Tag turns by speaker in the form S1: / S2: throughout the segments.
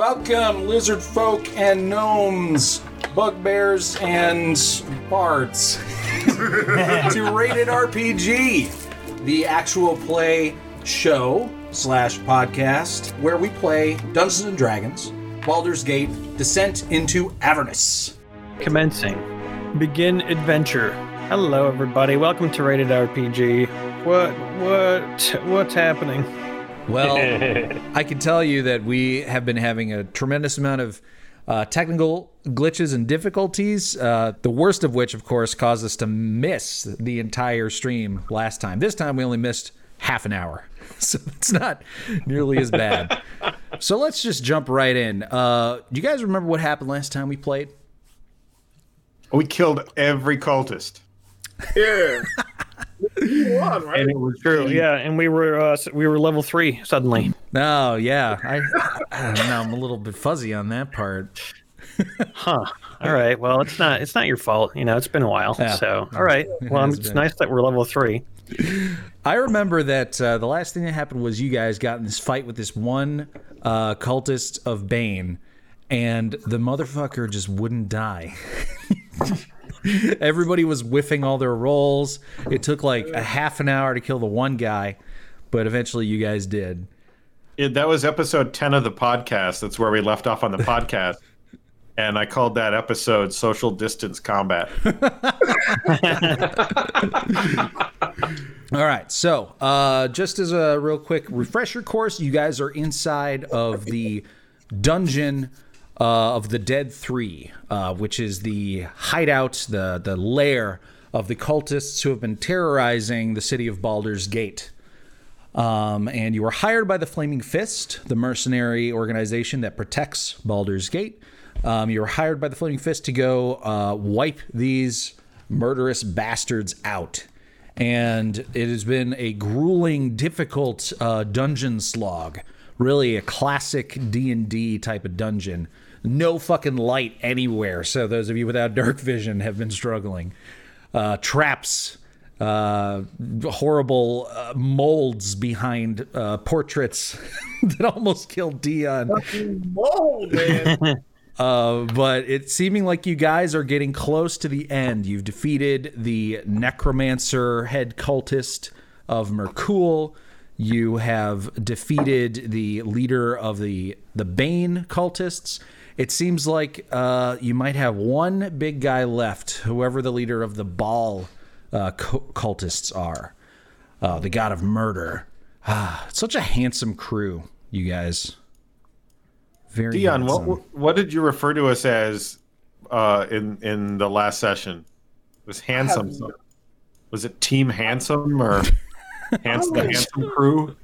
S1: Welcome, lizard folk and gnomes, bugbears and bards, to Rated RPG, the actual play show slash podcast where we play Dungeons and Dragons, Baldur's Gate, Descent into Avernus.
S2: Commencing. Begin adventure. Hello, everybody. Welcome to Rated RPG. What, what, what's happening?
S3: Well, I can tell you that we have been having a tremendous amount of uh, technical glitches and difficulties. Uh, the worst of which, of course, caused us to miss the entire stream last time. This time, we only missed half an hour, so it's not nearly as bad. so let's just jump right in. Uh, do you guys remember what happened last time we played?
S4: We killed every cultist,
S5: Yeah. you won, right?
S4: and it was true.
S2: Yeah, and we were uh, s- we were level three suddenly.
S3: Oh yeah, I, I don't know. I'm a little bit fuzzy on that part.
S2: Huh. All right. Well, it's not it's not your fault. You know, it's been a while.
S3: Yeah.
S2: So, all right. Well,
S3: has
S2: it's
S3: been.
S2: nice that we're level three.
S3: I remember that uh, the last thing that happened was you guys got in this fight with this one uh, cultist of Bane, and the motherfucker just wouldn't die. Everybody was whiffing all their rolls. It took like a half an hour to kill the one guy, but eventually you guys did.
S4: It- that was episode 10 of the podcast. That's where we left off on the podcast. And I called that episode Social Distance Combat.
S3: All right. So, uh, just as a real quick refresher course, you guys are inside of the dungeon uh, of the Dead Three, uh, which is the hideout, the the lair of the cultists who have been terrorizing the city of Baldur's Gate. Um, and you were hired by the Flaming Fist, the mercenary organization that protects Baldur's Gate. Um, you were hired by the Flaming Fist to go uh, wipe these murderous bastards out. And it has been a grueling, difficult uh, dungeon slog. Really, a classic D and D type of dungeon. No fucking light anywhere. So those of you without dark vision have been struggling. Uh, traps uh, horrible uh, molds behind uh, portraits that almost killed Dion.
S5: Whoa, man.
S3: Uh, but it's seeming like you guys are getting close to the end. You've defeated the necromancer head cultist of Merkul. You have defeated the leader of the the Bane cultists. It seems like uh, you might have one big guy left, whoever the leader of the Baal uh, cu- cultists are, uh, the god of murder. Ah, such a handsome crew, you guys. Very
S4: Dion,
S3: handsome.
S4: what what did you refer to us as uh, in in the last session? It was handsome. something. Was it Team Handsome or Handsome the Handsome Crew?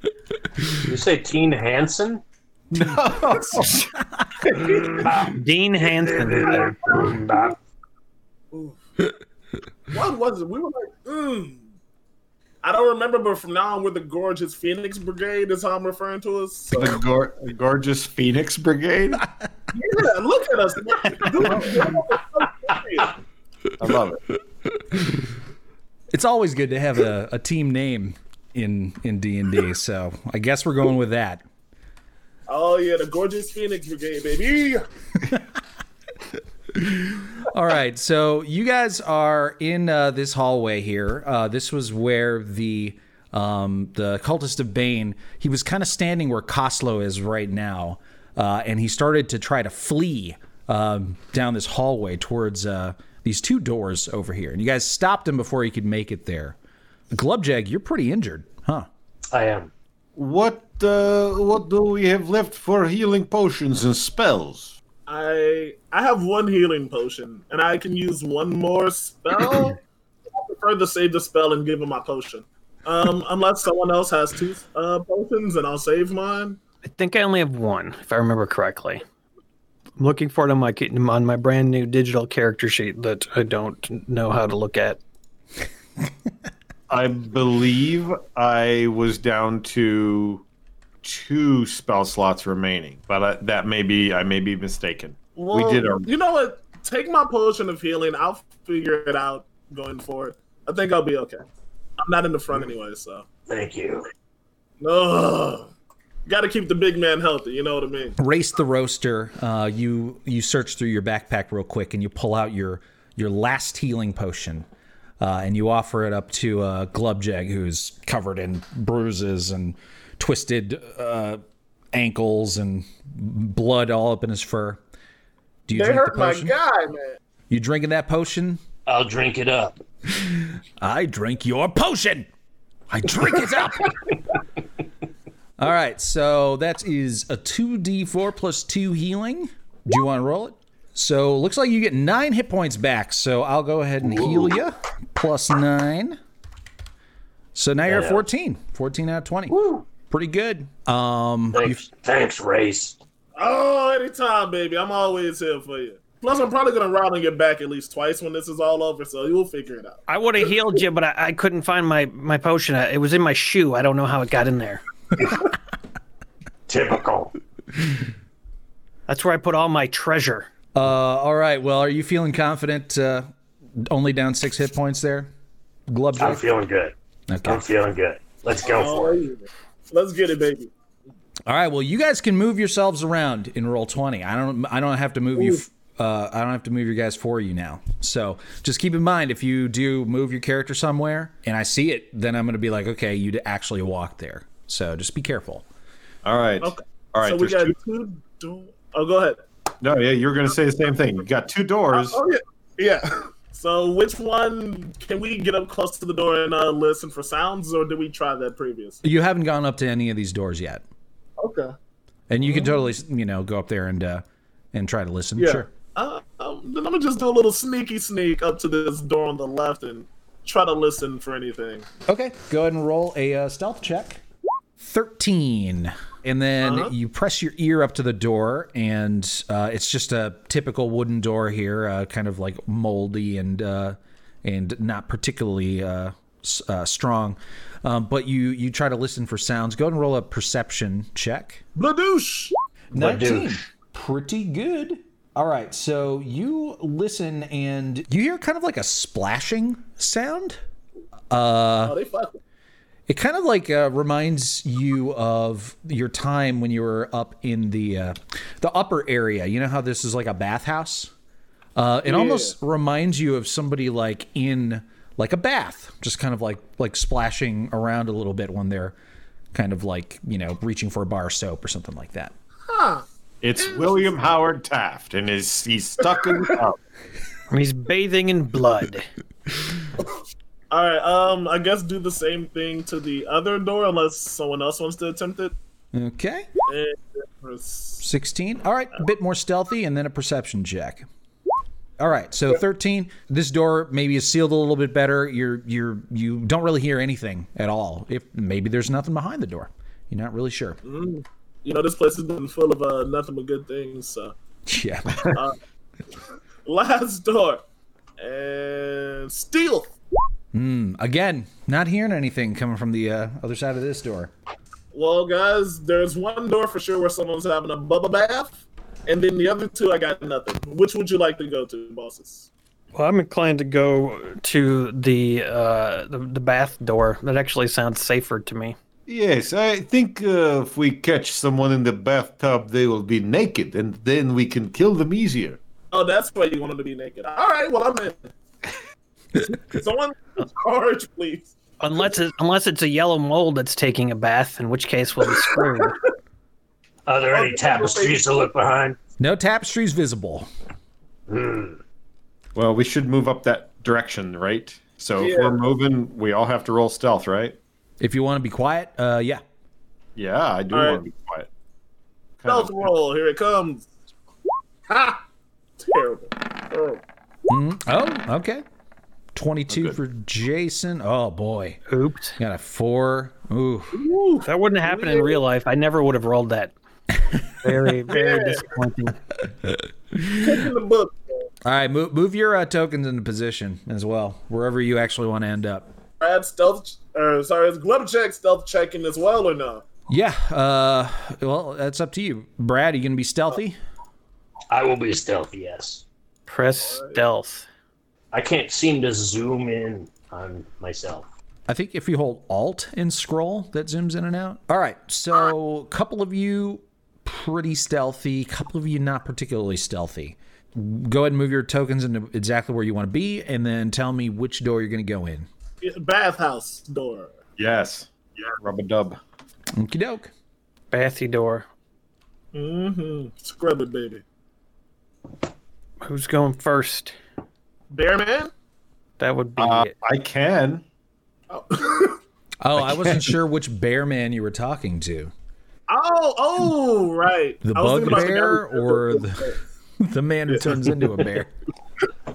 S6: You say Teen Hansen?
S2: Dean Hansen.
S5: what was it? We were like, mm. I don't remember, but from now on, we're the Gorgeous Phoenix Brigade, is how I'm referring to us. So,
S4: The gor- gorgeous Phoenix Brigade.
S5: yeah, look at us. Dude,
S4: I love it.
S3: it's always good to have a, a team name in in D and D. So I guess we're going with that.
S5: oh, yeah, the Gorgeous Phoenix Brigade, baby.
S3: All right, so you guys are in uh, this hallway here. Uh, this was where the um, the cultist of Bane he was kind of standing where Coslow is right now, uh, and he started to try to flee um, down this hallway towards uh, these two doors over here. And you guys stopped him before he could make it there. Glubjag, you're pretty injured, huh?
S6: I am.
S4: What uh, what do we have left for healing potions and spells?
S5: I I have one healing potion, and I can use one more spell. I prefer to save the spell and give him my potion. Um, unless someone else has two uh, potions, and I'll save mine.
S2: I think I only have one, if I remember correctly. I'm looking for it on my ca- on my brand new digital character sheet that I don't know how to look at.
S4: I believe I was down to two spell slots remaining, but I, that may be I may be mistaken. we did our
S5: You know what? Take my potion of healing. I'll figure it out going forward. I think I'll be okay. I'm not in the front anyway, so.
S6: Thank you.
S5: Ugh. Got to keep the big man healthy. You know what I mean?
S3: race the roaster. Uh, you you search through your backpack real quick, and you pull out your your last healing potion, uh, and you offer it up to uh, Glubjag, who's covered in bruises and twisted uh, ankles and blood all up in his fur. Do you
S5: They
S3: drink the
S5: hurt my
S3: potion?
S5: guy, man.
S3: You drinking that potion?
S6: I'll drink it up.
S3: I drink your potion. I drink it up. All right, so that is a 2d4 plus 2 healing. Do you want to roll it? So looks like you get 9 hit points back, so I'll go ahead and heal you. Plus 9. So now you're at
S6: Yeah.
S3: 14. 14 out of 20. Pretty good. Um,
S6: Thanks, thanks, race.
S5: Oh, anytime, baby. I'm always here for you. Plus, I'm probably gonna route on your back at least twice when this is all over, so you'll figure it out.
S2: I would have healed you, but I, I couldn't find my my potion. I, it was in my shoe. I don't know how it got in there.
S6: Typical.
S2: That's where I put all my treasure.
S3: uh, all right, well, are you feeling confident? Uh, only down 6 hit points there?
S6: I'm
S3: Glubjack?
S6: feeling good.
S3: Okay.
S6: I'm feeling good. Let's go for
S5: Oh,
S6: it.
S5: yeah. Let's get it, baby.
S3: All right. Well, you guys can move yourselves around in roll twenty. I don't. I don't have to move you. f- Uh, I don't have to move your guys for you now. So just keep in mind if you do move your character somewhere and I see it, then I'm going to be like, okay, you d- actually walked there. So just be careful.
S4: All right.
S5: Okay.
S4: All right.
S5: so we
S4: there's
S5: got
S4: two-
S5: two. do- oh, go ahead.
S4: No, yeah, you're gonna say the same thing. You got two doors.
S5: Oh yeah, yeah. So which one can we get up close to the door and uh, listen for sounds, or did we try that previous?
S3: You haven't gone up to any of these doors yet,
S5: Okay.
S3: and you can totally, you know, go up there and uh, and try to listen.
S5: Yeah.
S3: Sure.
S5: Uh, um, then I'm gonna just do a little sneaky sneak up to this door on the left and try to listen for anything.
S3: Okay, go ahead and roll a uh, stealth check. 13. And then you press your ear up to the door, and uh, it's just a typical wooden door here, uh, kind of like moldy and uh, and not particularly uh, s- uh, strong. Um, but you you try to listen for sounds. Go ahead and roll a perception check.
S5: Bladoosh!
S3: 19. Pretty good. All right, so you listen and you hear kind of like a splashing sound.
S5: Oh, they fuck.
S3: It kind of like uh, reminds you of your time when you were up in the uh, the upper area. You know how this is like a bathhouse. Uh, it almost reminds you of somebody like in like a bath, just kind of like like splashing around a little bit when they're kind of like you know reaching for a bar of soap or something like that.
S4: It's William Howard Taft, and he's he's stuck in the tub.
S2: And he's bathing in blood.
S5: All right. Um, I guess do the same thing to the other door unless someone else wants to attempt it.
S3: Okay,
S5: And press-
S3: sixteen. All right, a bit more stealthy, and then a perception check. All right, so thirteen. This door maybe is sealed a little bit better. You're you're you don't really hear anything at all. If maybe there's nothing behind the door, you're not really sure.
S5: You know this place has been full of uh, nothing but good things. So
S3: Yeah.
S5: last door and steal.
S3: Again, not hearing anything coming from the uh, other side of this door.
S5: Well, guys, there's one door for sure where someone's having a bubble bath, and then the other two, I got nothing. Which would you like to go to, bosses?
S2: Well, I'm inclined to go to the uh, the, the bath door. That actually sounds safer to me.
S4: Yes, I think uh, if we catch someone in the bathtub, they will be naked, and then we can kill them easier.
S5: Oh, that's why you wanted to be naked. All right, well I'm in. Someone charge, please.
S2: Unless it, unless it's a yellow mold that's taking a bath, in which case we'll be screwed.
S6: Are there any tapestries to look behind?
S3: No tapestries visible.
S4: Well, we should move up that direction, right? So if
S5: Yeah.
S4: we're moving, we all have to roll stealth, right?
S3: If you want to be quiet, uh, yeah.
S4: Yeah, I do
S5: All right.
S4: want to be quiet. Kind
S5: Stealth
S4: of-
S5: roll. Here it comes. Ha! Terrible. Terrible.
S3: Oh, okay. Twenty-two
S4: Oh, good.
S3: for Jason. Oh boy,
S2: Oops.
S3: got a four. Ooh.
S2: That wouldn't happen in real life. I never would have rolled that. Very, very disappointing.
S5: In the book.
S3: All right, move move your uh, tokens into position as well, wherever you actually want to end up.
S5: Brad stealth. Or sorry, is glove check stealth checking as well or no?
S3: Yeah. Uh, well, that's up to you, Brad. Are you gonna be stealthy?
S6: I will be stealthy, yes.
S2: Press stealth.
S6: I can't seem to zoom in on myself.
S3: I think if you hold Alt and scroll, that zooms in and out. All right, so a couple of you pretty stealthy, a couple of you not particularly stealthy. Go ahead and move your tokens into exactly where you want to be, and then tell me which door you're going to go in.
S5: Bathhouse door.
S4: Yes. Yeah. Rub a dub.
S3: Okie doke.
S2: Bathy door.
S5: Mm-hmm. Scrub it, baby.
S2: Who's going first?
S5: Bear man.
S2: That would be
S4: Uh,
S2: it.
S4: I can.
S5: Oh,
S3: Oh, I wasn't sure which bear man you were talking to.
S5: oh, oh, right.
S3: The
S5: I was thinking about the guy
S3: bugbear
S5: who-
S3: or the the man who turns into a bear?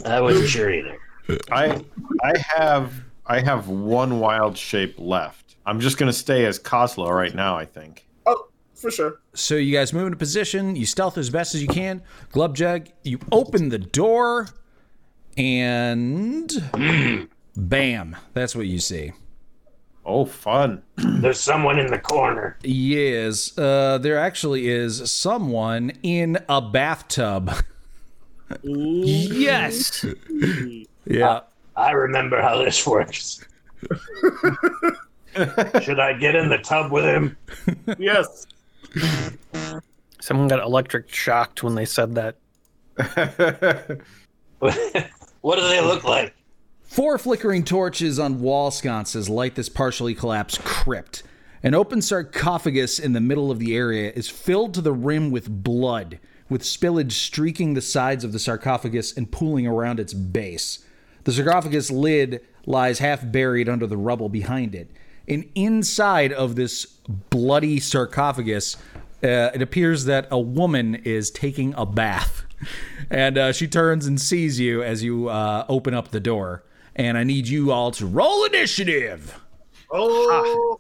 S6: I wasn't sure either.
S4: I I have I have one wild shape left. I'm just gonna stay as Coslo right now. I think.
S5: Oh, for sure.
S3: So you guys move into position, you stealth as best as you can. Glubjug, you open the door, and bam, that's what you see.
S4: Oh, fun.
S6: There's someone in the corner.
S3: Yes, uh, there actually is someone in a bathtub.
S5: Ooh,
S2: Yes.
S3: Yeah.
S6: I remember how this works. Should I get in the tub with him?
S5: yes.
S2: Someone got electric shocked when they said that.
S6: what do they look like?
S3: Four flickering torches on wall sconces light this partially collapsed crypt. An open sarcophagus in the middle of the area is filled to the rim with blood, with spillage streaking the sides of the sarcophagus and pooling around its base. The sarcophagus lid lies half buried under the rubble behind it. And inside of this bloody sarcophagus, uh, it appears that a woman is taking a bath. And uh, she turns and sees you as you uh, open up the door. And I need you all to roll initiative. Ah.
S5: Oh,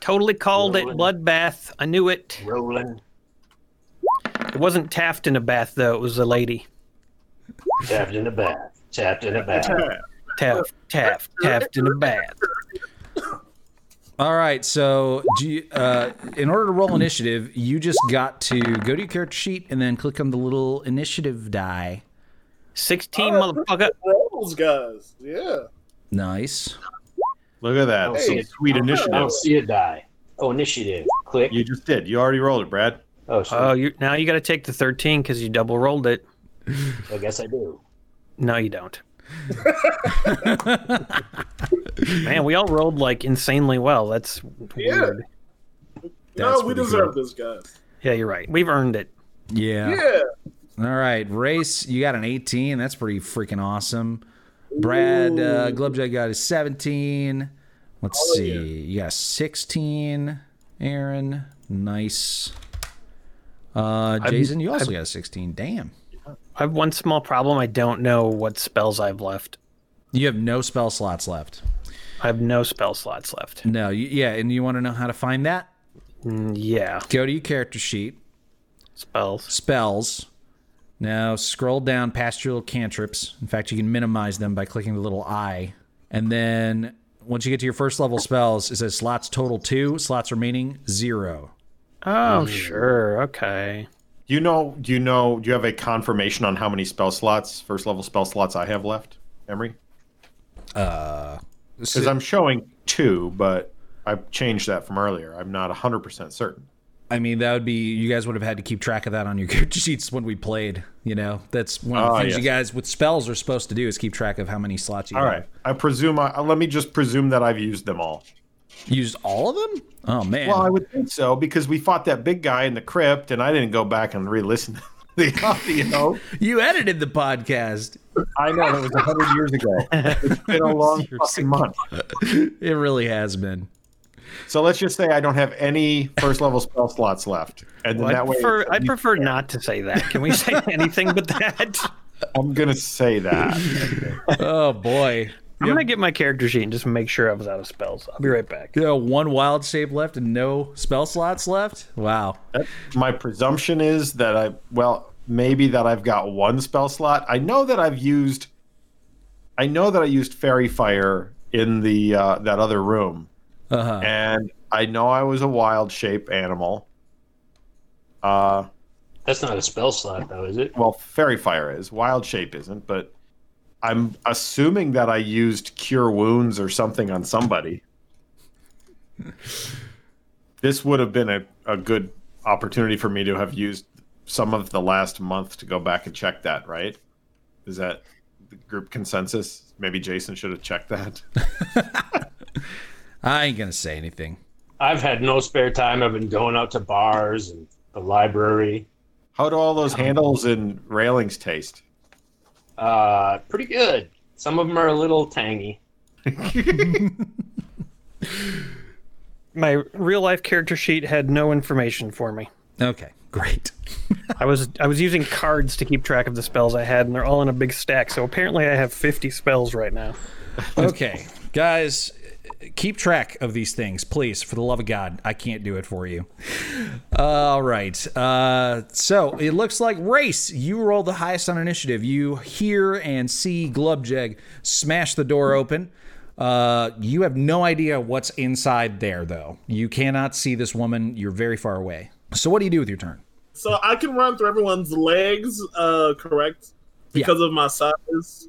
S2: Totally called it bloodbath. I knew it.
S6: Rolling.
S2: It wasn't Taft in a bath though. It was a lady.
S6: Tapped in the bath. Tapped in the bath.
S2: Taft, Taft, Taft in a bath.
S3: All right, so do you, uh, in order to roll initiative, you just got to go to your character sheet and then click on the little initiative die.
S2: Sixteen, motherfucker.
S5: rolls, guys. Yeah.
S3: Nice.
S4: Look at that.
S5: Oh,
S4: Some
S6: Hey.
S4: sweet
S6: I
S4: initiative.
S6: don't see a die. Oh, initiative. Click.
S4: You just did. You already rolled it, Brad.
S6: Oh, so
S2: Oh, you now you got to take the thirteen because you double rolled it.
S6: I guess I do.
S2: No, you don't. Man, we all rolled like insanely well. That's weird.
S5: No, we deserve this, guys.
S2: Yeah, you're right. We've earned it.
S5: Yeah.
S3: All right, race. You got an 18. That's pretty freaking awesome. Brad uh, Glubjug got a 17. Let's see. You got a 16. Aaron, nice. Uh, Jason, you also got a 16. Damn.
S2: I have one small problem. I don't know what spells I've left.
S3: You have no spell slots left.
S2: I have no spell slots left.
S3: No. You, yeah, and you want to know how to find that?
S2: Mm, Yeah,
S3: Go to your character sheet,
S2: spells.
S3: spells. Now scroll down past your little cantrips. In fact, you can minimize them by clicking the little I. And then once you get to your first level spells, it says slots total two, slots remaining zero.
S2: Oh, sure. Okay.
S4: Do you know? Do you know? Do you have a confirmation on how many spell slots, first level spell slots, I have left, Emery? Uh, Because I'm showing two, but I changed that from earlier. I'm not 100 percent certain.
S3: I mean, that would be you guys would have had to keep track of that on your character sheets when we played. You know, that's one of the
S4: Ah,
S3: things
S4: yes.
S3: you guys with spells are supposed to do is keep track of how many slots you
S4: All
S3: have.
S4: right. I presume. I, uh, let me just presume that I've used them all.
S3: Used all of them? Oh man.
S4: Well, I would think so because we fought that big guy in the crypt, and I didn't go back and re-listen to the audio.
S3: you edited the podcast.
S4: I know that was hundred years ago. It's been a long fucking month.
S3: It really has been.
S4: So let's just say I don't have any first level spell slots left, and then
S2: I
S4: that way
S2: prefer, I prefer not to say that. Can we say anything but that?
S4: I'm gonna say that.
S3: Oh boy.
S2: I'm gonna get my character sheet and just make sure I was out of spells. I'll be right back.
S3: You know, one wild shape left and no spell slots left. Wow.
S4: That- My presumption is that I well maybe that I've got one spell slot. I know that I've used. I know that I used fairy fire in the uh, that other room,
S3: Uh-huh.
S4: and I know I was a wild shape animal. Uh,
S6: That's not a spell slot, though, is it?
S4: well, fairy fire is wild shape isn't, but I'm assuming that I used cure wounds or something on somebody. this would have been a, a good opportunity for me to have used some of the last month to go back and check that, right? Is that the group consensus? Maybe Jason should have checked that.
S3: I ain't gonna say anything.
S6: I've had no spare time. I've been going out to bars and the library.
S4: How do all those handles and railings taste?
S6: Uh, pretty good. Some of them are a little tangy.
S2: My real life character sheet had no information for me.
S3: Okay, great.
S2: I was I was using cards to keep track of the spells I had, and they're all in a big stack. So apparently, I have 50 spells right now.
S3: Okay, guys, keep track of these things, please. For the love of God, I can't do it for you. All right. Uh, so it looks like race. You roll the highest on initiative. You hear and see Glubjeg smash the door open. Uh, you have no idea what's inside there, though. You cannot see this woman. You're very far away. So what do you do with your turn?
S5: So I can run through everyone's legs, uh, correct? Because of my size.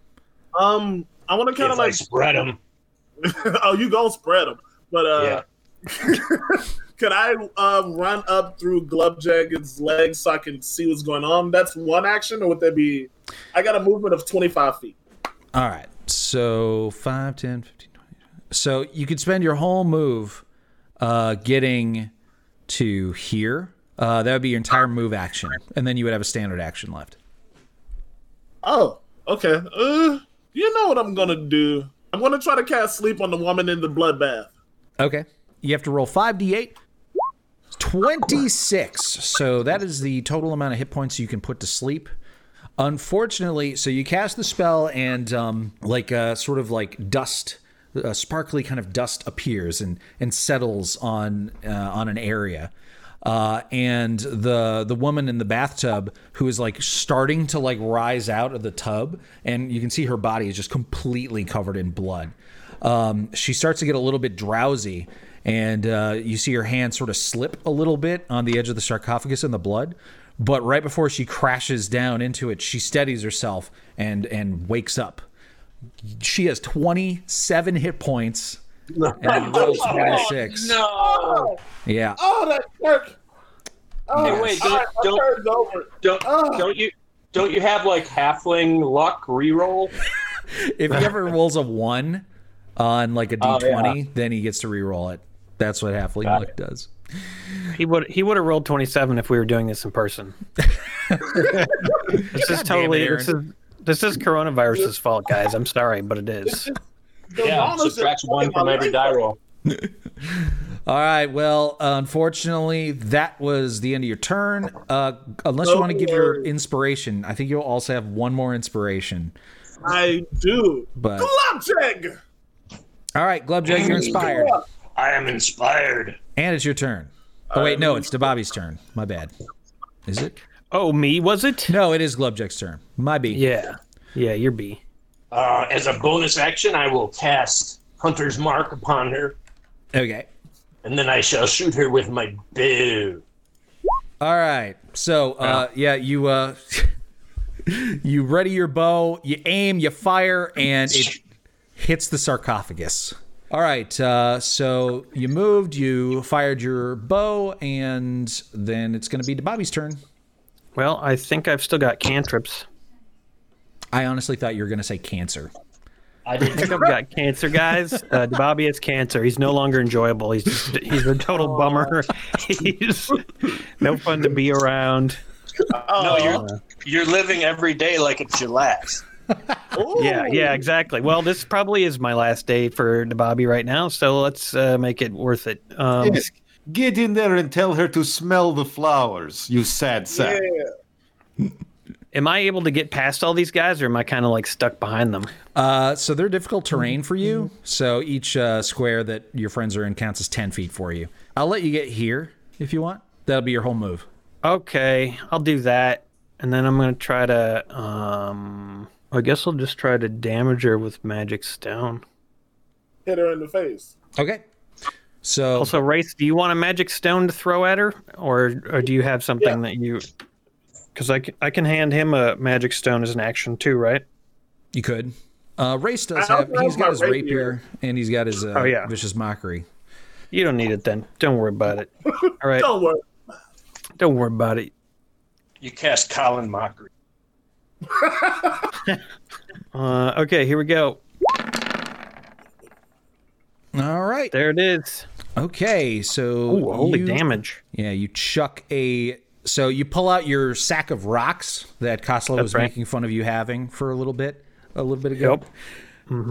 S5: Um, I want to kind
S6: If
S5: of
S6: I
S5: like.
S6: spread them,
S5: oh, you gonna spread them? But uh,
S6: yeah.
S5: Could I um, run up through Glubjag's legs so I can see what's going on? That's one action, or would that be? I got a movement of twenty-five feet.
S3: All right. So 5, 10, 15, 20. So you could spend your whole move uh, getting to here. Uh, that would be your entire move action. And then you would have a standard action left.
S5: Oh, okay. Uh, you know what I'm gonna do? I'm gonna try to cast sleep on the woman in the bloodbath.
S3: Okay. You have to roll 5d8. 26. So that is the total amount of hit points you can put to sleep. Unfortunately, so you cast the spell and um, like uh, sort of like dust, uh, sparkly kind of dust appears and and settles on uh, on an area. Uh, and the the woman in the bathtub who is like starting to like rise out of the tub, and you can see her body is just completely covered in blood. Um, she starts to get a little bit drowsy, and uh, you see her hand sort of slip a little bit on the edge of the sarcophagus in the blood. But right before she crashes down into it, she steadies herself and and wakes up. She has 27 hit points and rolls 26.
S6: No.
S3: Yeah.
S5: Oh, that jerk! Oh,
S6: Hey, wait, don't-
S5: all right, my
S6: don't-
S5: turn's over.
S6: Don't, don't you don't you have like halfling luck reroll?
S3: If he ever rolls a one on like a
S6: Oh,
S3: d20,
S6: yeah.
S3: then he gets to re-roll it. That's what Halfling
S6: Got
S3: Luck
S6: it.
S3: does.
S2: He would he would have rolled 27 if we were doing this in person. this is totally
S3: Aaron.
S2: this is this is coronavirus's fault, guys. I'm sorry, but it is.
S5: The
S6: Yeah,
S5: mama's just
S6: subtract one
S5: fucking
S6: from
S5: my
S6: every
S5: life.
S6: die roll.
S3: All right. Well, unfortunately, that was the end of your turn. Uh, unless you
S5: No
S3: want to give your
S5: worries.
S3: inspiration, I think you'll also have one more inspiration.
S5: I do.
S3: But
S5: Glubjag.
S3: all right, Glubjag, you're inspired,
S6: I am inspired.
S3: and it's your turn. Oh wait, no, it's Dababi's turn. My bad. Is it?
S2: Oh, me was it?
S3: No, it is Glubjag's turn. My B.
S2: Yeah, yeah, you're B.
S6: Uh, as a bonus action, I will cast Hunter's Mark upon her,
S3: Okay.
S6: and then I shall shoot her with my bow.
S3: All right. So, uh, yeah, you uh, you ready your bow, you aim, you fire, and it hits the sarcophagus. All right. Uh, so you moved, you fired your bow, and then it's going to be to Bobby's turn.
S2: Well, I think I've still got cantrips.
S3: I honestly thought you were going to say cancer.
S6: I
S2: I
S6: didn't.
S2: think I've got cancer, guys. Uh, Bobby has cancer. He's no longer enjoyable. He's just, he's a total bummer. he's no fun to be around.
S6: No, you're you're living every day like it's your last.
S2: Yeah, yeah, exactly. Well, this probably is my last day for Bobby right now, so let's uh, make it worth it. Um,
S4: Get in there and tell her to smell the flowers, you sad sack.
S2: Am I able to get past all these guys, or am I kind of like stuck behind them?
S3: Uh, so they're difficult terrain for you. So each uh, square that your friends are in counts as 10 feet for you. I'll let you get here if you want. That'll be your whole move.
S2: Okay, I'll do that, and then I'm gonna try to. Um, I guess I'll just try to damage her with magic stone.
S5: Hit her in the face.
S3: Okay. So
S2: Also, race. Do you want a magic stone to throw at her, or or do you have something that you? Because I can, I can hand him a magic stone as an action too, right?
S3: You could. Uh, Race does
S5: I
S3: have.
S5: also
S3: He's
S5: have
S3: got
S5: my
S3: his rapier,
S5: rapier.
S3: and he's got his uh,
S2: Oh, yeah.
S3: vicious mockery.
S2: You don't need it then. Don't worry about it. All right.
S5: Don't worry.
S2: Don't worry about it.
S6: You cast Colin Mockery.
S2: Uh, okay, here we go.
S3: All right.
S2: There it is.
S3: Okay. So
S2: Ooh, holy
S3: you-
S2: damage.
S3: Yeah, you chuck a. So you pull out your sack of rocks that Costello was
S2: right.
S3: making fun of you having for a little bit, a little bit ago.
S2: Yep.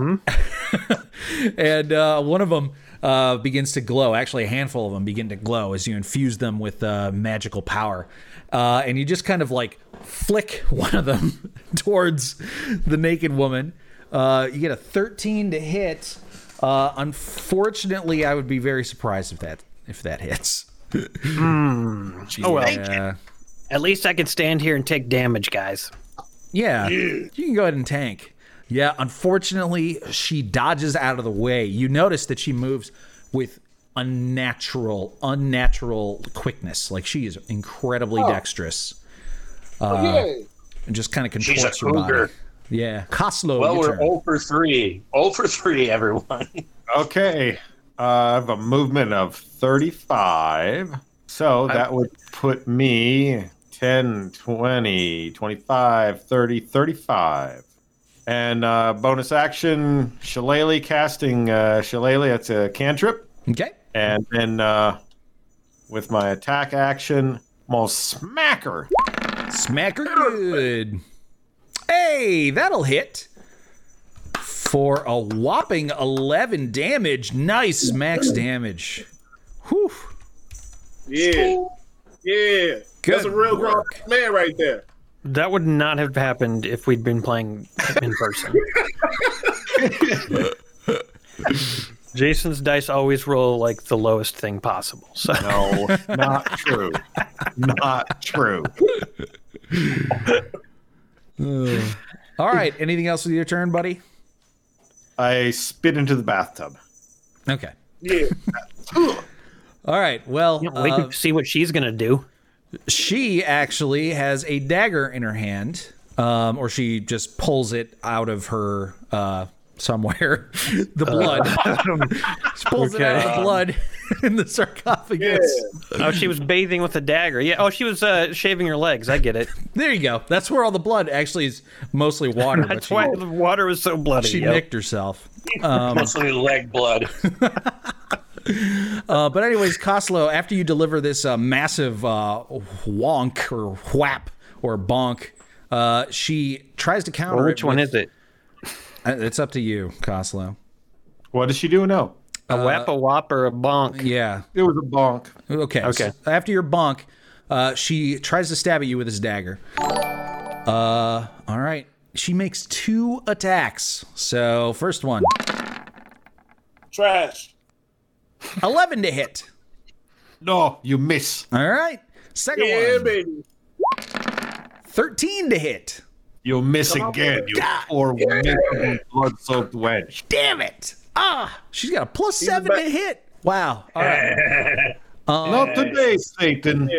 S2: Mm-hmm.
S3: and uh, one of them uh, begins to glow. Actually, a handful of them begin to glow as you infuse them with uh, magical power. Uh, and you just kind of like flick one of them towards the naked woman. Uh, you get a 13 to hit. Uh, unfortunately, I would be very surprised if that if that hits.
S2: Oh well.
S3: Yeah.
S2: At least I can stand here and take damage, guys.
S3: Yeah. You can go ahead and tank. Yeah, unfortunately, she dodges out of the way. You notice that she moves with unnatural, unnatural quickness. Like she is incredibly dexterous Uh,
S5: Yay.
S3: and just kind of
S6: She's a
S3: contorts your
S6: cougar.
S3: body. Yeah. Koslo,
S6: Well,
S3: your
S6: we're
S3: turn.
S6: 0 for 3. 0 for 3, everyone.
S4: Okay. Uh, I have a movement of 35. So that would put me 10, 20, 25, 30, 35. And uh, bonus action, Shillelagh casting uh, Shillelagh. That's a cantrip.
S3: Okay.
S4: And then uh, with my attack action, I'm going to smack her.
S3: Smack her good. Hey, that'll hit. For a whopping 11 damage. Nice max damage. Whew.
S5: Yeah. Yeah. That's a
S3: Good
S5: real grown
S3: work.
S5: man right there.
S2: That would not have happened if we'd been playing in person. Jason's dice always roll like the lowest thing possible. So
S4: No, not true. Not true.
S3: All right. Anything else with your turn, buddy?
S4: I spit into the bathtub.
S3: Okay.
S5: Yeah.
S3: All right. Well,
S2: can't wait
S3: uh,
S2: to see what she's gonna do.
S3: she actually has a dagger in her hand, um, or she just pulls it out of her uh, somewhere. the blood.
S2: Uh,
S3: she pulls it out of the blood in the sarcophagus.
S2: Oh, she was bathing with a dagger. Yeah. Oh, she was uh, shaving her legs. I get it.
S3: There you go. That's where all the blood actually is mostly water, but
S2: That's
S3: she,
S2: why the water was so bloody.
S3: she
S2: yo.
S3: nicked herself. Um,
S6: Mostly leg blood.
S3: Uh, but anyways, Coslow, after you deliver this uh, massive uh, wonk or whap or bonk, uh, she tries to counter
S2: Well, which
S3: it
S2: one
S3: with-
S2: is it?
S3: Uh, It's up to you, Coslow.
S4: What does she do now?
S3: Uh,
S2: A whap, a whop, or a bonk?
S3: Yeah.
S4: It was a bonk.
S3: Okay.
S2: Okay.
S3: so after your bonk, uh, she tries to stab at you with this dagger. Uh, all right. She makes two attacks. So first one,
S5: Trash.
S3: eleven to hit.
S4: No, you miss.
S3: All right. Second
S5: Yeah,
S3: one,
S5: baby.
S3: thirteen to hit.
S4: You'll miss again, you poor blood soaked wench.
S3: Damn it! Ah, she's got a plus seven
S5: back.
S3: to hit. Wow. All right.
S4: Not today, Satan.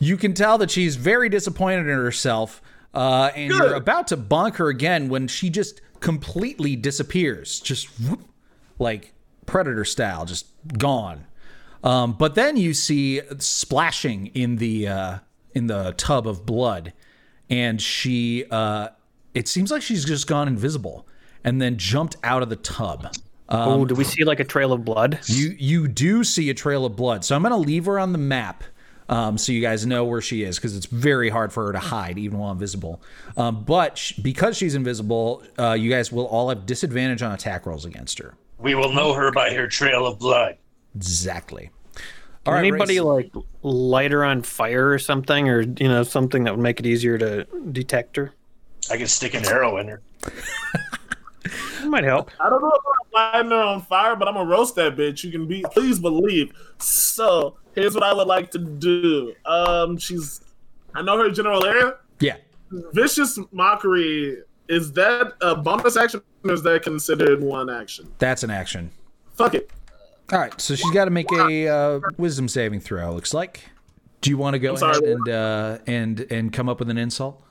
S3: You can tell that she's very disappointed in herself, uh, and you're about to bonk her again when she just completely disappears, just whoop, like predator style, just gone. Um, but then you see splashing in the uh, in the tub of blood, and she uh, it seems like she's just gone invisible and then jumped out of the tub.
S2: oh, do we see like a trail of blood?
S3: You you do see a trail of blood, so I'm gonna leave her on the map, um, so you guys know where she is, because it's very hard for her to hide even while invisible. Um, but sh- because she's invisible, uh, you guys will all have disadvantage on attack rolls against her.
S6: We will know her by her trail of blood.
S3: Exactly.
S2: Can
S3: All right,
S2: anybody
S3: Race.
S2: like light her on fire or something, or you know something that would make it easier to detect her?
S6: I can stick an arrow in her.
S2: That might help.
S5: I don't know about lighting her on fire, but I'm gonna roast that bitch. You can be please believe. So here's what I would like to do. Um she's I know her general area.
S3: yeah.
S5: Vicious mockery, is that a bonus action or is that considered one action?
S3: That's an action.
S5: Fuck it.
S3: All right, so she's got to make a uh, wisdom saving throw. Looks like. Do you want to go
S5: sorry.
S3: ahead and uh, and and come up with an insult?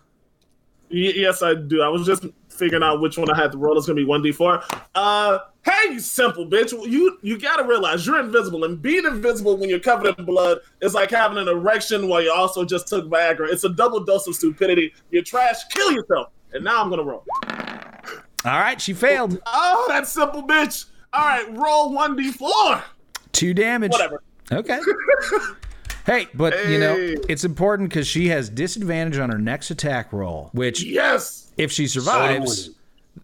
S5: Y- yes, I do. I was just figuring out which one I had to roll is gonna be one d four. Uh, hey, you simple bitch, you you gotta realize you're invisible, and being invisible when you're covered in blood is like having an erection while you also just took Viagra. It's a double dose of stupidity. You're trash. Kill yourself. And now I'm gonna roll.
S3: All right, she failed.
S5: Oh, that simple bitch. All right, roll one d four.
S3: Two damage.
S5: Whatever.
S3: Okay. hey, but you know,
S5: Hey.
S3: it's important because she has disadvantage on her next attack roll, which
S5: Yes.
S3: if she survives,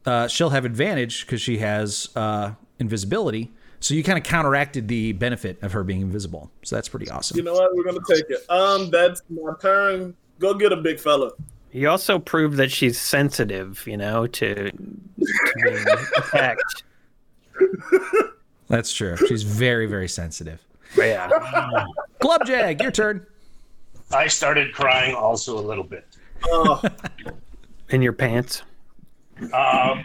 S3: uh, she'll have advantage because she has uh, invisibility. So you kind of counteracted the benefit of her being invisible. So that's pretty awesome.
S5: You know what? We're gonna take it. Um, that's my turn. Go get a big fella.
S2: You also proved that she's sensitive, you know, to, to being attacked.
S3: that's true. She's very, very sensitive.
S2: But yeah,
S3: Glubjag, your turn.
S6: I started crying also a little bit.
S5: Oh,
S2: in your pants.
S6: Um,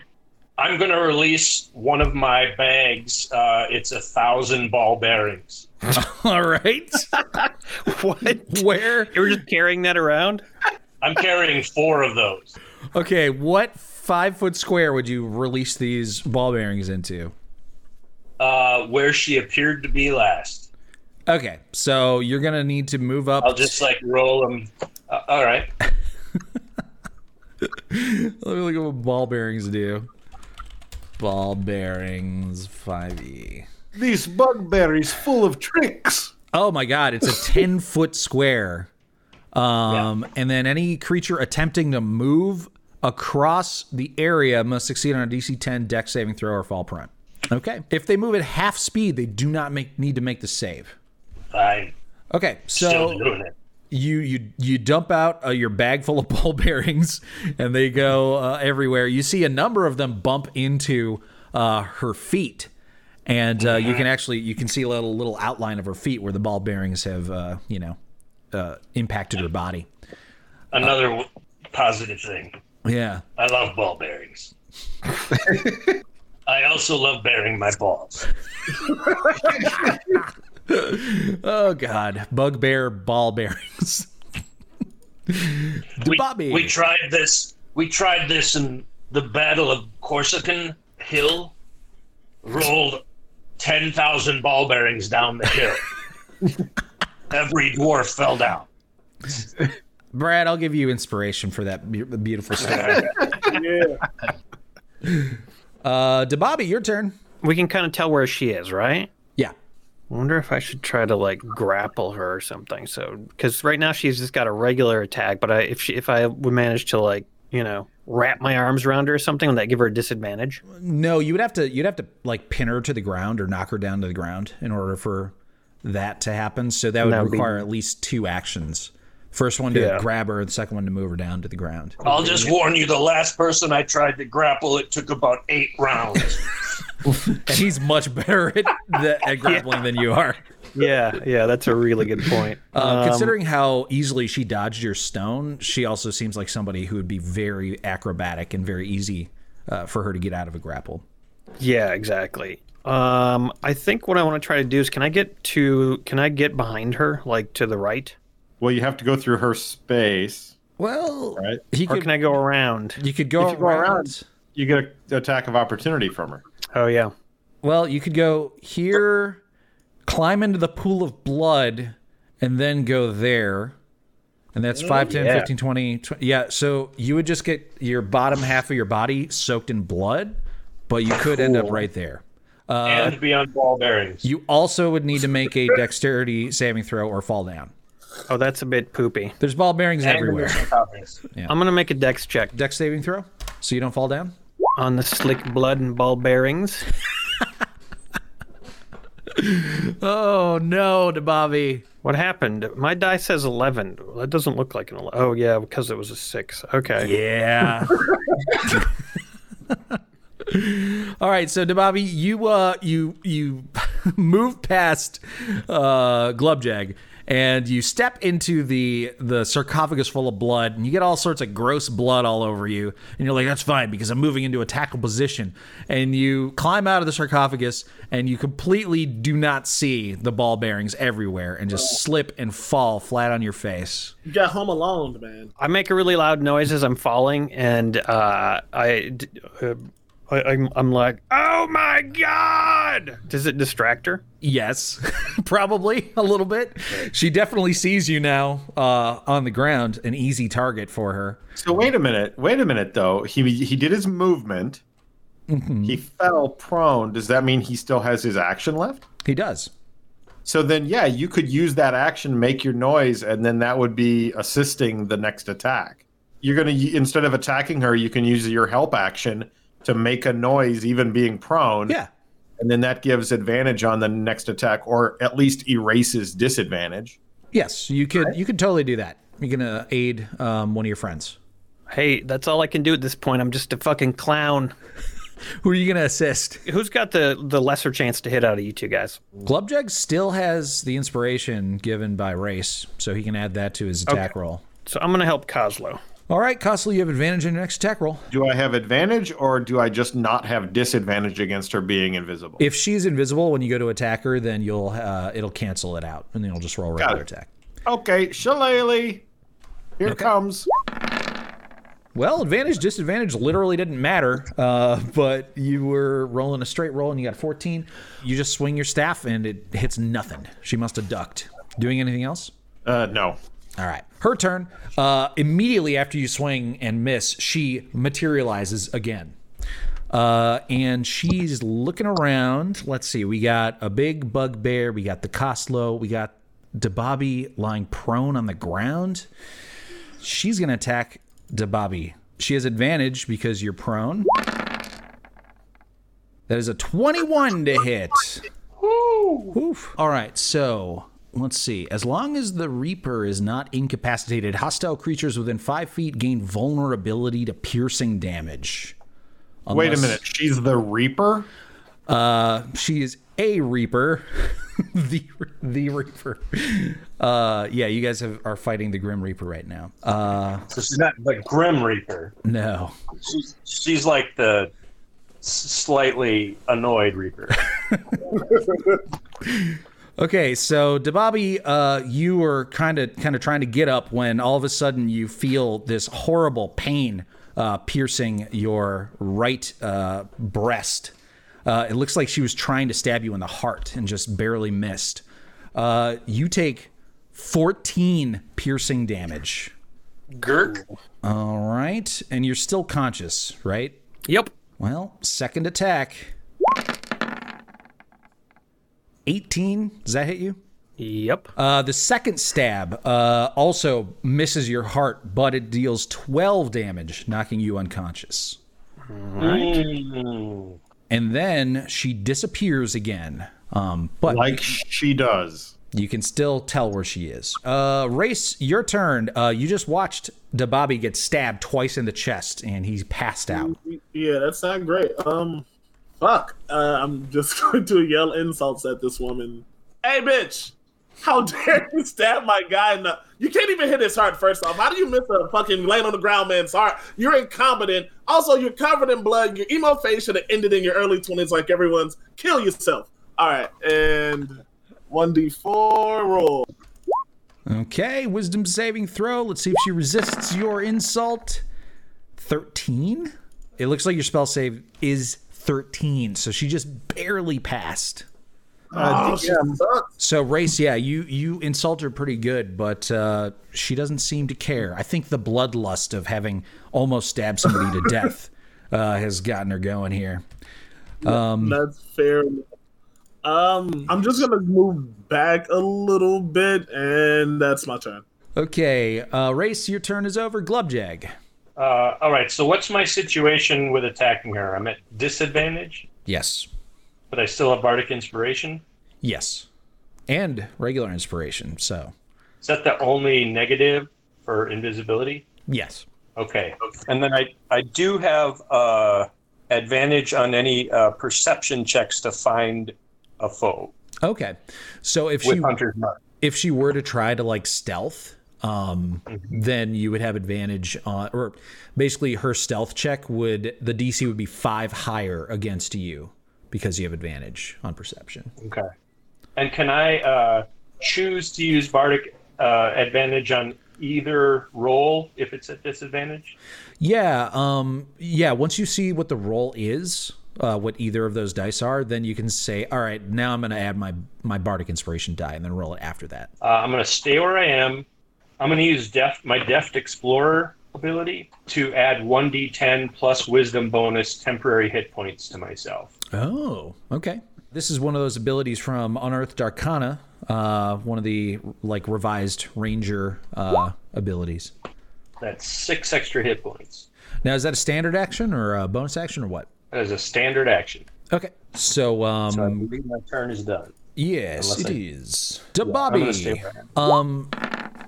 S6: I'm going to release one of my bags. Uh, it's a thousand ball bearings.
S3: All right.
S2: What?
S3: Where?
S2: You were just carrying that around?
S6: I'm carrying four of those.
S3: Okay, what five foot square would you release these ball bearings into?
S6: Uh, where she appeared to be last.
S3: Okay, so you're gonna need to move up.
S6: I'll just like roll them. Uh, all right.
S3: Let me look at what ball bearings do. Ball bearings E. 5e.
S4: These bugberries full of tricks.
S3: Oh my god, it's a 10 foot square. Um, And then any creature attempting to move across the area must succeed on a DC 10 deck saving throw or fall prone. Okay. If they move at half speed, they do not make need to make the save.
S6: I'm
S3: Okay, so
S6: still doing it.
S3: you you you dump out uh, your bag full of ball bearings and they go uh, everywhere you see a number of them bump into uh, her feet and uh, you can actually you can see a little little outline of her feet where the ball bearings have uh, you know uh, impacted her body
S6: Another w- positive thing.
S3: yeah
S6: I love ball bearings. I also love bearing my balls.
S3: oh god bugbear ball bearings
S6: We,
S3: Bobby.
S6: we tried this. We tried this in the Battle of Corsican Hill. Rolled ten thousand ball bearings down the hill. Every dwarf fell down.
S3: brad i'll give you inspiration for that be- beautiful story
S5: yeah.
S3: uh Bobby, your turn
S2: We can kind of tell where she is, right?
S3: yeah
S2: I wonder if I should try to like grapple her or something. So, because right now she's just got a regular attack, but I, if she, if I would manage to like, you know, wrap my arms around her or something, would that give her a disadvantage?
S3: No, you would have to you'd have to like pin her to the ground or knock her down to the ground in order for that to happen. So that would
S2: That would be-
S3: require at least two actions. First one to
S2: Yeah.
S3: grab her, the second one to move her down to the ground.
S6: I'll just warn you: the last person I tried to grapple, it took about eight rounds.
S3: And he's much better at, the, at grappling than you are.
S2: Yeah, yeah, that's a really good point.
S3: Uh,
S2: Um,
S3: considering how easily she dodged your stone, she also seems like somebody who would be very acrobatic and very easy uh, for her to get out of a grapple.
S2: Yeah, exactly. Um, I think what I want to try to do is can I get to can I get behind her like to the right,
S4: Well, you have to go through her space.
S3: Well,
S4: Right.
S3: he
S2: or
S3: could,
S2: can I go around?
S3: you could go,
S4: If you go
S3: around.
S4: around- You get an attack of opportunity from her.
S2: Oh yeah,
S3: Well, you could go here, climb into the pool of blood, and then go there. And that's 5, 10,
S2: yeah.
S3: 15, 20, 20. Yeah, so you would just get your bottom half of your body soaked in blood, but you could end up right there.
S6: and beyond ball bearings.
S3: You also would need to make a dexterity saving throw or fall down.
S2: oh that's a bit poopy.
S3: There's ball bearings
S6: And
S3: everywhere.
S6: there's some toppings.
S2: I'm gonna make a dex check
S3: Dex saving throw so you don't fall down?
S2: on the slick blood and ball bearings.
S3: Oh, no, Bobby.
S2: What happened? My die says 11. That doesn't look like an 11. Oh, yeah, because it was a 6. Okay.
S3: Yeah. All right, so Dababi, you uh, you you move past uh, Glubjag, and you step into the the sarcophagus full of blood, and you get all sorts of gross blood all over you, and you're like, "That's fine because I'm moving into a tackle position." And you climb out of the sarcophagus, and you completely do not see the ball bearings everywhere, and just slip and fall flat on your face.
S5: You got home alone, man.
S2: I make a really loud noise as I'm falling, and uh, I, d- uh, I, I'm, I'm like, "Oh my god!" Does it distract her?
S3: Yes, probably a little bit. She definitely sees you now uh, on the ground, an easy target for her.
S4: So wait a minute. Wait a minute, though. He he did his movement. He fell prone. Does that mean he still has his action left?
S3: He does.
S4: So then, yeah, you could use that action, make your noise, and then that would be assisting the next attack. You're gonna y- instead of attacking her, you can use your help action to make a noise, even being prone.
S3: Yeah.
S4: and then that gives advantage on the next attack, or at least erases disadvantage.
S3: Yes, you could. You could totally do that. You're gonna aid um, one of your friends.
S2: Hey, that's all I can do at this point. I'm just a fucking clown.
S3: Who are you gonna assist?
S2: Who's got the the lesser chance to hit out of you two guys?
S3: Glubjug still has the inspiration given by race, so he can add that to his attack roll.
S2: So I'm gonna help Coslo.
S3: All right, Costle, you have advantage in your next attack roll.
S4: Do I have advantage, or do I just not have disadvantage against her being invisible?
S3: If she's invisible when you go to attack her, then you'll uh, it'll cancel it out, and then you'll just roll regular
S4: it.
S3: attack.
S4: Okay, shillelagh. Here comes.
S3: Well, advantage, disadvantage literally didn't matter, uh, but you were rolling a straight roll and you got 14. You just swing your staff and it hits nothing. She must have ducked. Doing anything else?
S4: Uh, no.
S3: All right. Her turn. Uh, immediately after you swing and miss, she materializes again. Uh, and she's looking around. Let's see. We got a big bugbear. We got the Costlo. We got Dababi lying prone on the ground. She's going to attack Dababi. She has advantage because you're prone. That is a 21 to hit. Oof. All right, so let's see. As long as the Reaper is not incapacitated, hostile creatures within five feet gain vulnerability to piercing damage.
S4: Wait a
S3: Unless-
S4: minute. She's the Reaper.
S3: Uh, She is a Reaper. the the Reaper. Uh, yeah, you guys have, are fighting the Grim Reaper right now. Uh,
S6: She's not the Grim Reaper.
S3: no.
S6: She's, she's like the s- slightly annoyed Reaper.
S3: Okay, so Dababi, uh, you were kind of kind of trying to get up when all of a sudden you feel this horrible pain uh, piercing your right uh, breast. Uh, it looks like she was trying to stab you in the heart and just barely missed. Uh, you take 14 piercing damage.
S6: Girk.
S3: All right, and you're still conscious, right?
S2: Yep.
S3: Well, second attack. 18. Does that hit you?
S2: Yep.
S3: Uh, the second stab uh, also misses your heart, but it deals 12 damage, knocking you unconscious.
S6: Mm.
S3: And then she disappears again. Um, but
S4: Like she does.
S3: you can still tell where she is. Uh, Race, your turn. Uh, you just watched Dababi get stabbed twice in the chest, and he's passed out.
S5: Yeah, that's not great. Um, fuck. Uh, I'm just going to yell insults at this woman. Hey, bitch! How dare you stab my guy in the? You can't even hit his heart. First off, how do you miss a fucking laying on the ground man's heart? You're incompetent. Also, you're covered in blood. Your emo phase should have ended in your early twenties, like everyone's. Kill yourself. All right, and one d four roll.
S3: Okay, wisdom saving throw. Let's see if she resists your insult. 13? It looks like your spell save is 13, so she just barely passed.
S5: Oh, she sucks.
S3: So race, yeah, you you insult her pretty good, but uh, she doesn't seem to care. I think the bloodlust of having almost stabbed somebody to death uh, has gotten her going here.
S5: That's fair. Um, I'm just gonna move back a little bit, and that's my turn.
S3: Okay, uh, race, your turn is over. Glubjag.
S6: Uh, all right. So what's my situation with attacking her? I'm at disadvantage,
S3: Yes,
S6: but I still have bardic inspiration.
S3: yes, and regular inspiration. So
S6: Is that the only negative for invisibility?
S3: yes,
S6: Okay. And then I, I do have uh, advantage on any uh, perception checks to find a foe
S3: okay. So if
S6: with
S3: she
S6: Hunter's Mark.
S3: if she were to try to like stealth, um, then you would have advantage on, or basically her stealth check would the DC would be five higher against you because you have advantage on perception.
S6: Okay. And can I uh, choose to use bardic uh, advantage on either roll if it's at disadvantage?
S3: Yeah, um, yeah. Once you see what the roll is, uh, what either of those dice are, then you can say, "All right, now I'm going to add my my bardic inspiration die, and then roll it after that."
S6: Uh, I'm going to stay where I am. I'm going to use deft, my deft explorer ability to add 1d10 plus wisdom bonus temporary hit points to myself.
S3: Oh, okay. This is one of those abilities from Unearthed Arcana, uh, one of the like revised ranger uh, abilities.
S6: That's six extra hit points.
S3: Now, is that a standard action or a bonus action or what?
S6: That is a standard action.
S3: Okay, so um,
S6: So I believe my turn is done.
S3: yes, it
S6: unless I-
S3: is to
S6: I'm gonna stay
S3: Bobby.
S6: where I am.
S3: Um,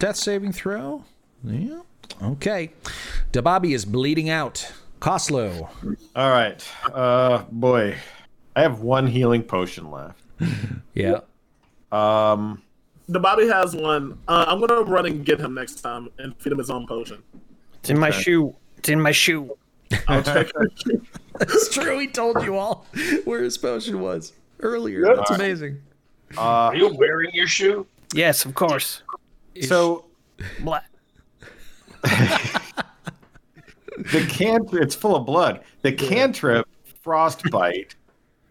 S3: death saving throw. Yeah. Okay. Dababi is bleeding out. Coslow.
S4: All right. Uh, boy, I have one healing potion left.
S3: Yeah.
S4: Um,
S5: The Bobby has one. Uh, I'm gonna run and get him next time and feed him his own potion.
S2: It's in my shoe. It's in my shoe.
S5: I'll check.
S3: It's true. He told you all where his potion was earlier. That's amazing.
S6: Are you wearing your shoe?
S2: Yes, of course.
S4: so
S2: Blah.
S4: the can it's full of blood. The cantrip frostbite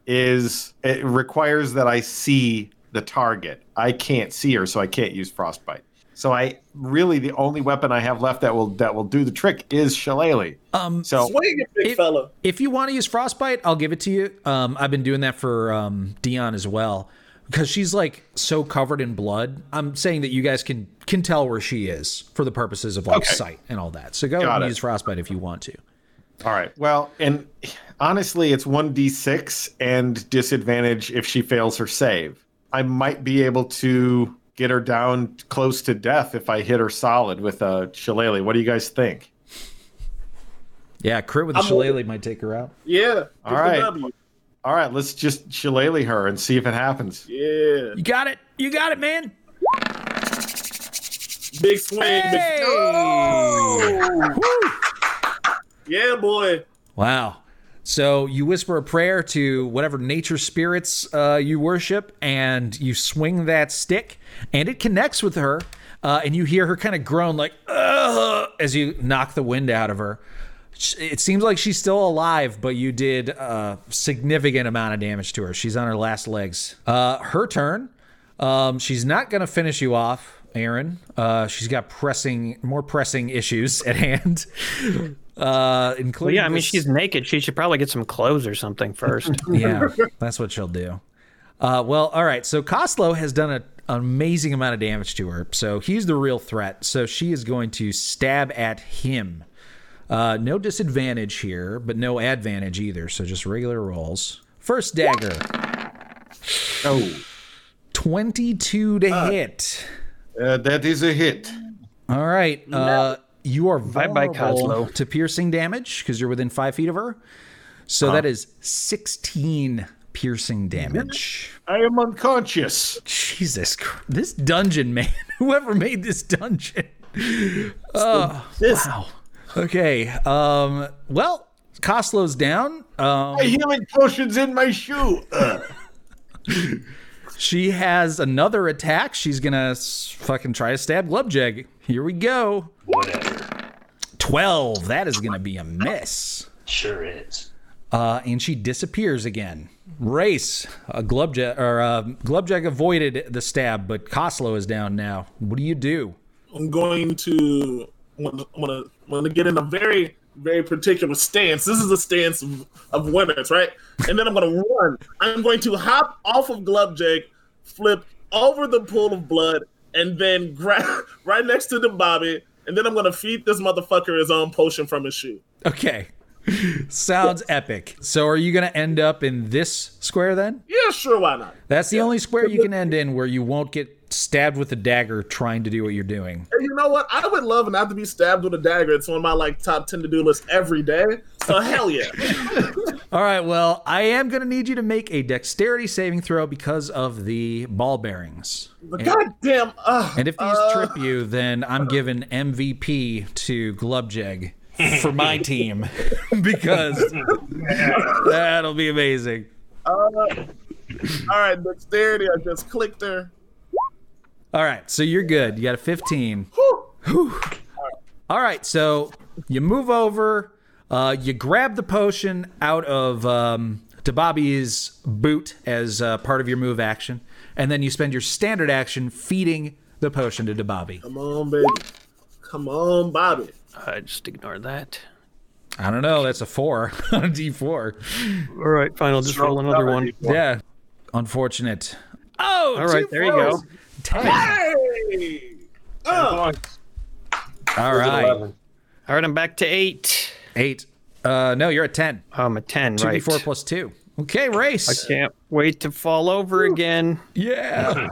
S4: is it requires that I see the target. I can't see her, so I can't use frostbite. So I really the only weapon I have left that will that will do the trick is shillelagh.
S3: Um,
S4: So
S5: Swing it, big
S3: It-
S5: fella.
S3: if you want to use frostbite i'll give it to you um, i've been doing that for um, dion as well because she's like so covered in blood i'm saying that you guys can can tell where she is for the purposes of like sight and all that so go
S4: Got
S3: and
S4: it.
S3: use frostbite if you want to
S4: all right. Well, and honestly, it's one d six and disadvantage if she fails her save. I might be able to get her down close to death if I hit her solid with a shillelagh. What do you guys think?
S3: yeah crit with a
S5: I'm with
S3: shillelagh might take her out
S5: Yeah. All
S4: right. All right, let's just shillelagh her and see if it happens.
S5: Yeah.
S3: you got it you got it man
S5: Big swing.
S3: hey!
S5: Big... Yeah, boy.
S3: Wow. So you whisper a prayer to whatever nature spirits uh, you worship, and you swing that stick, and it connects with her, uh, and you hear her kind of groan like Ugh, as you knock the wind out of her. Sh- It seems like she's still alive, but you did a significant amount of damage to her. She's on her last legs. Uh, her turn. Um, she's not going to finish you off, Aaron. Uh, she's got pressing, more pressing issues at hand, uh, including.
S2: Yeah, I mean
S3: this-
S2: she's naked. She should probably get some clothes or something first.
S3: yeah, that's what she'll do. Uh, well, all right. So Costlow has done a, an amazing amount of damage to her. So he's the real threat. So she is going to stab at him. Uh, no disadvantage here, but no advantage either. So just regular rolls. First dagger,
S4: Oh,
S3: 22 to hit.
S4: uh, that is a hit.
S3: All right. Uh, you are
S2: Bye-bye,
S3: vulnerable
S2: Coslow.
S3: to piercing damage because you're within five feet of her. So that is 16 piercing damage.
S4: I am unconscious.
S3: Jesus Christ. This dungeon, man. Whoever made this dungeon. Oh,
S5: This
S3: Wow. Okay. Um, well, Coslow's down. Um,
S4: My healing potion's in my shoe. Uh, Ugh.
S3: she has another attack. She's going to fucking try to stab Glubjeg. Here we go.
S6: Whatever.
S3: 12. That is going to be a miss.
S6: Sure is.
S3: Uh, and she disappears again. Race. Uh, Glubjeg, or, uh, Glubjeg avoided the stab, but Coslow is down now. What do you do?
S5: I'm going to I'm gonna, I'm gonna get in a very very particular stance. This is a stance of, of women's, right? And then I'm gonna run. I'm going to hop off of Glove Jake, flip over the pool of blood, and then grab right next to the Bobby. And then I'm gonna feed this motherfucker his own potion from his shoe.
S3: Okay. Sounds epic. So are you going to end up in this square then?
S5: Yeah, sure, why not?
S3: That's the only square you can end in where you won't get get stabbed with a dagger trying to do what you're doing.
S5: And you know what? I would love not to be stabbed with a dagger. It's on my like top ten to do list every day. So hell yeah.
S3: All right, well, I am going to need you to make a dexterity saving throw because of the ball bearings.
S5: But goddamn, uh,
S3: And if these trip you, then I'm giving MVP to Glubjeg for my team because that'll be amazing.
S5: all right, dexterity. I just clicked her.
S3: All right, so you're good. You got a 15. Whew. All right, so you move over, uh, you grab the potion out of um, Tababi's boot as uh, part of your move action, and then you spend your standard action feeding the potion to Dababi.
S5: Come on, baby. Come on, Bobby.
S2: I just ignore that.
S3: I don't know, that's a four on a d4.
S2: All right, fine. I'll just roll another one.
S3: Yeah. Unfortunate. Oh,
S2: All right,
S3: two
S2: there you go.
S3: fours. Ten.
S5: Hey.
S3: All right.
S2: All right, I'm back to eight.
S3: Eight. Uh, no, you're at ten.
S2: I'm a ten,
S3: Two
S2: right?
S3: d4 plus two. Okay, race.
S2: Can't wait to fall over again.
S3: Yeah.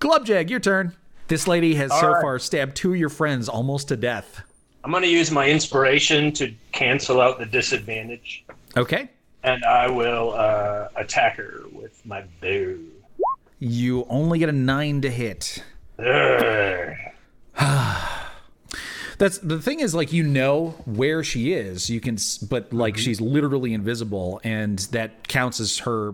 S3: Glubjag, your turn. This lady has so far stabbed two of your friends almost to death.
S6: I'm going to use my inspiration to cancel out the disadvantage,
S3: Okay.
S6: and I will uh, attack her with my bow.
S3: You only get a nine to hit.
S6: Ugh.
S3: That's the thing is like you know where she is. You can, s- but
S6: Mm-hmm.
S3: like she's literally invisible, and that counts as her.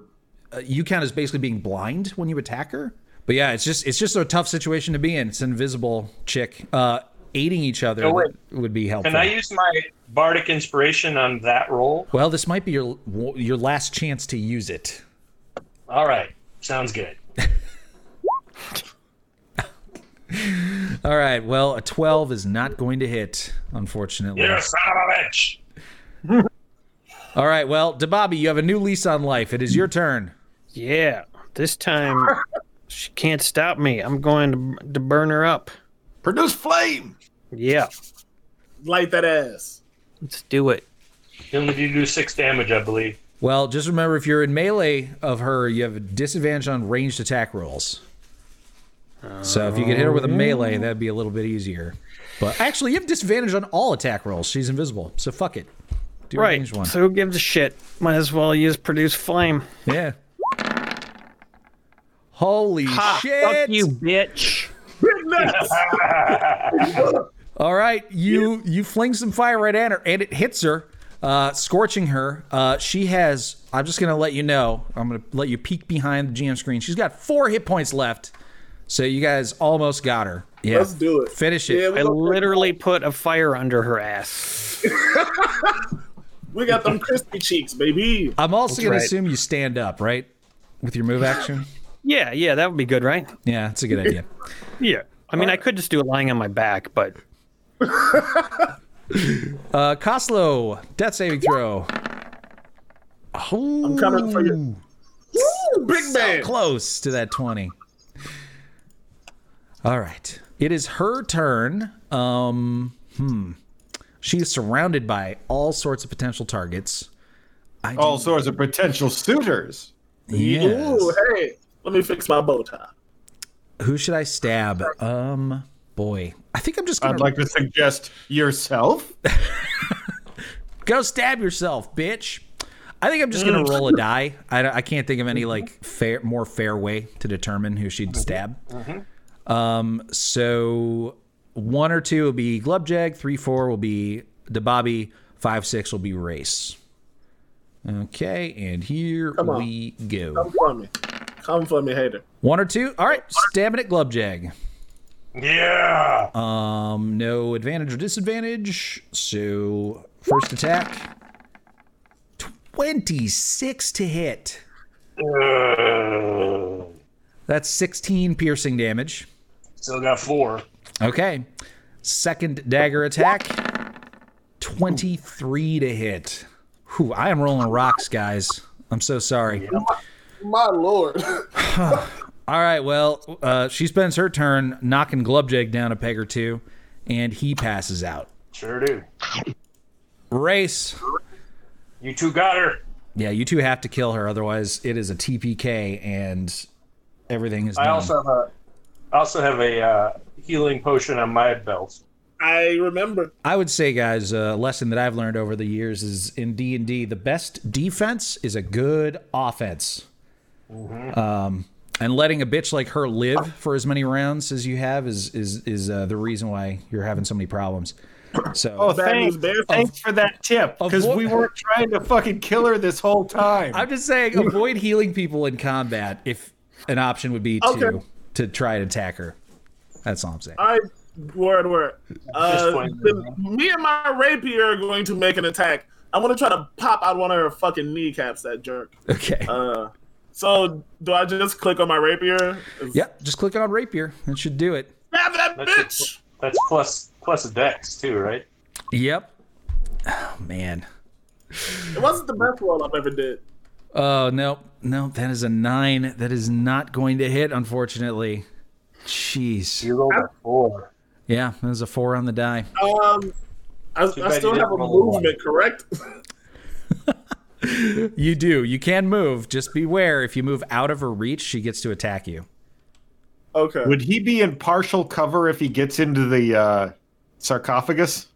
S3: Uh, you count as basically being blind when you attack her. But yeah, it's just it's just a tough situation to be in. It's an invisible chick. Uh, aiding each other
S6: wait.
S3: would be helpful.
S6: Can I use my bardic inspiration on that roll?
S3: well, this might be your your last chance to use it.
S6: All right, sounds good.
S3: All right. Well, a 12 is not going to hit, unfortunately.
S6: You son of a bitch!
S3: All right. Well, Dababi, you have a new lease on life. It is your turn.
S2: Yeah, this time she can't stop me. I'm going to, to burn her up.
S4: Produce flame.
S2: Yeah,
S5: Light that ass.
S2: let's do it.
S6: You only do do six damage, I believe.
S3: Well, just remember if you're in melee of her, you have a disadvantage on ranged attack rolls. So if you could hit her with a melee, that'd be a little bit easier. But actually, you have disadvantage on all attack rolls. She's invisible. So fuck it. Do a
S2: Right.
S3: ranged one.
S2: So who gives a shit? Might as well use produce flame.
S3: yeah. Holy shit.
S2: Fuck you, bitch.
S3: All right, you you fling some fire right at her, and it hits her, uh, scorching her. Uh, she has. I'm just gonna let you know. I'm gonna let you peek behind the GM screen. She's got four hit points left, so you guys almost got her. Yeah,
S5: Let's do it.
S3: Finish
S5: Yeah,
S3: it.
S5: we,
S2: I
S5: got,
S2: literally put a fire under her ass.
S5: we got them crispy cheeks, baby.
S3: I'm also gonna
S2: right.
S3: assume you stand up, right, with your move action.
S2: Yeah, yeah, that would be good, right?
S3: yeah, that's a good idea.
S2: Yeah. Uh, I mean, I could just do it lying on my back, but
S3: Uh, Coslow, death saving throw. Oh,
S5: I'm coming for you. Big man.
S3: close to that 20. All right. It is her turn. Um, hmm. She is surrounded by all sorts of potential targets. I
S4: All sorts of potential suitors.
S3: yes.
S5: Ooh, hey. Let me fix my bow tie.
S3: Who should I stab? Um, boy. I think I'm just going
S4: I'd like to suggest yourself.
S3: go stab yourself, bitch. I think I'm just gonna roll
S5: Mm.
S3: a die. I, don't- I can't think of any like fair, more fair way to determine who she'd stab.
S5: Mm-hmm.
S3: Um, so one or two will be Glubjag, three, four will be Dababi, five, six will be Race. Okay, and here
S5: on.
S3: we
S5: Come
S3: go.
S5: for me. Come for me, hater.
S3: One or two. All right, stabbing at Glubjag.
S6: Yeah.
S2: Uh.
S3: Um, no advantage or disadvantage. So first attack, twenty-six to hit.
S6: Ugh.
S3: That's 16 piercing damage.
S6: Still got four.
S3: Okay. Second dagger attack. 23 to hit. Whew, I am rolling rocks, guys. I'm so sorry.
S5: My lord.
S3: All right, well, uh, she spends her turn knocking Glubjig down a peg or two, and he passes out.
S6: Sure do.
S3: Race.
S6: You two got her.
S3: Yeah, you two have to kill her, otherwise it is a TPK and everything is
S6: I
S3: done.
S6: also have a I also have a uh, healing potion on my belt.
S5: I remember.
S3: I would say, guys, a lesson that I've learned over the years is in D and D, the best defense is a good offense.
S5: Mm-hmm.
S3: Um, and letting a bitch like her live for as many rounds as you have is is is uh, the reason why you're having so many problems. So
S4: Oh,
S5: Bad
S4: thanks,
S5: news bears.
S4: thanks for that tip. Because
S3: Avoid-
S4: we weren't trying to fucking kill her this whole time.
S3: I'm just saying, avoid healing people in combat if an option would be to
S5: Okay. Uh,
S3: to try and attack her. That's all I'm saying.
S5: I word word.
S6: Just
S5: Uh,
S6: point
S5: then me and my rapier are going to make an attack. I want to try to pop out one of her fucking kneecaps. That jerk.
S3: Okay.
S5: Uh, so do I just click on my rapier?
S3: Yep. Just click on rapier. That should do it.
S5: Stab that
S6: That's
S5: bitch.
S6: That's plus plus dex too, right?
S3: Yep. Oh man.
S5: It wasn't the best roll I've ever did.
S3: Oh no, no. That is a nine. That is not going to hit, unfortunately. Jeez.
S6: You rolled a four.
S3: Yeah, that was a four on the die.
S5: Um, I, I
S6: bad you
S5: still
S6: didn't
S5: have a
S6: roll a one.
S5: movement, correct?
S3: You do. You can move. Just beware. If you move out of her reach, she gets to attack you.
S5: okay.
S4: Would he be in partial cover if he gets into the uh, sarcophagus?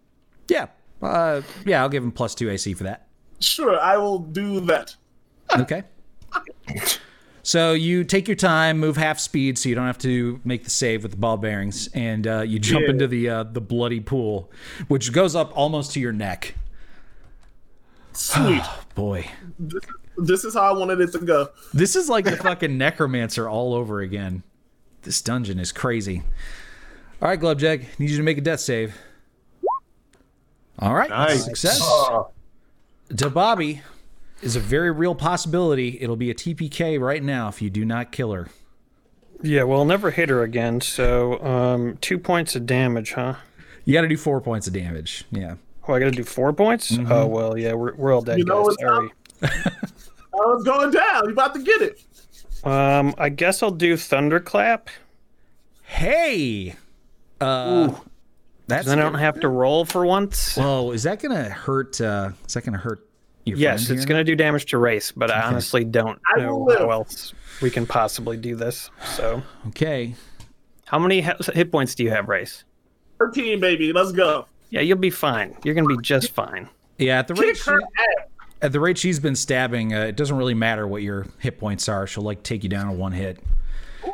S3: Yeah. Uh, yeah. I'll give him plus two AC for that.
S5: Sure, I will do that.
S3: Okay. So you take your time, move half speed, so you don't have to make the save with the ball bearings, and uh, you jump
S5: Yeah.
S3: into the uh, the bloody pool, which goes up almost to your neck.
S5: Sweet.
S3: Boy,
S5: this, this is how I wanted it to go.
S3: this is like the fucking necromancer all over again. This dungeon is crazy. All right, Glubjack, need you to make a death save. All right,
S4: Nice.
S3: success.
S2: Ah.
S6: Oh,
S3: To Bobby is a very real possibility. It'll be a TPK right now if you do not kill her.
S2: Yeah, well, I'll never hit her again. So, um, two points of damage, huh?
S3: You got to do four points of damage. Yeah.
S2: Oh, I got to do four points.
S3: Mm-hmm.
S2: Oh well, yeah, we're, we're all dead,
S5: You know
S2: guys.
S5: what's
S2: Sorry.
S5: I was Uh, going down. You about to get it.
S2: Um, I guess I'll do thunderclap.
S3: Hey. Uh, that's.
S2: 'cause I don't have to roll for once.
S3: Whoa, is that gonna hurt? Uh, is that gonna hurt your
S2: yes,
S3: friend
S2: it's
S3: here?
S2: going to do damage to race, but I honestly don't
S5: I
S2: know
S5: will
S2: how
S5: live.
S2: else we can possibly do this. So,
S3: Okay.
S2: how many he- hit points do you have, race?
S5: 13, baby. Let's go.
S2: Yeah, you'll be fine. You're going to be just fine.
S3: Yeah, at the rate
S5: Kick
S3: she,
S5: her ass.
S3: at the rate she's been stabbing, uh, it doesn't really matter what your hit points are. She'll like take you down in one hit.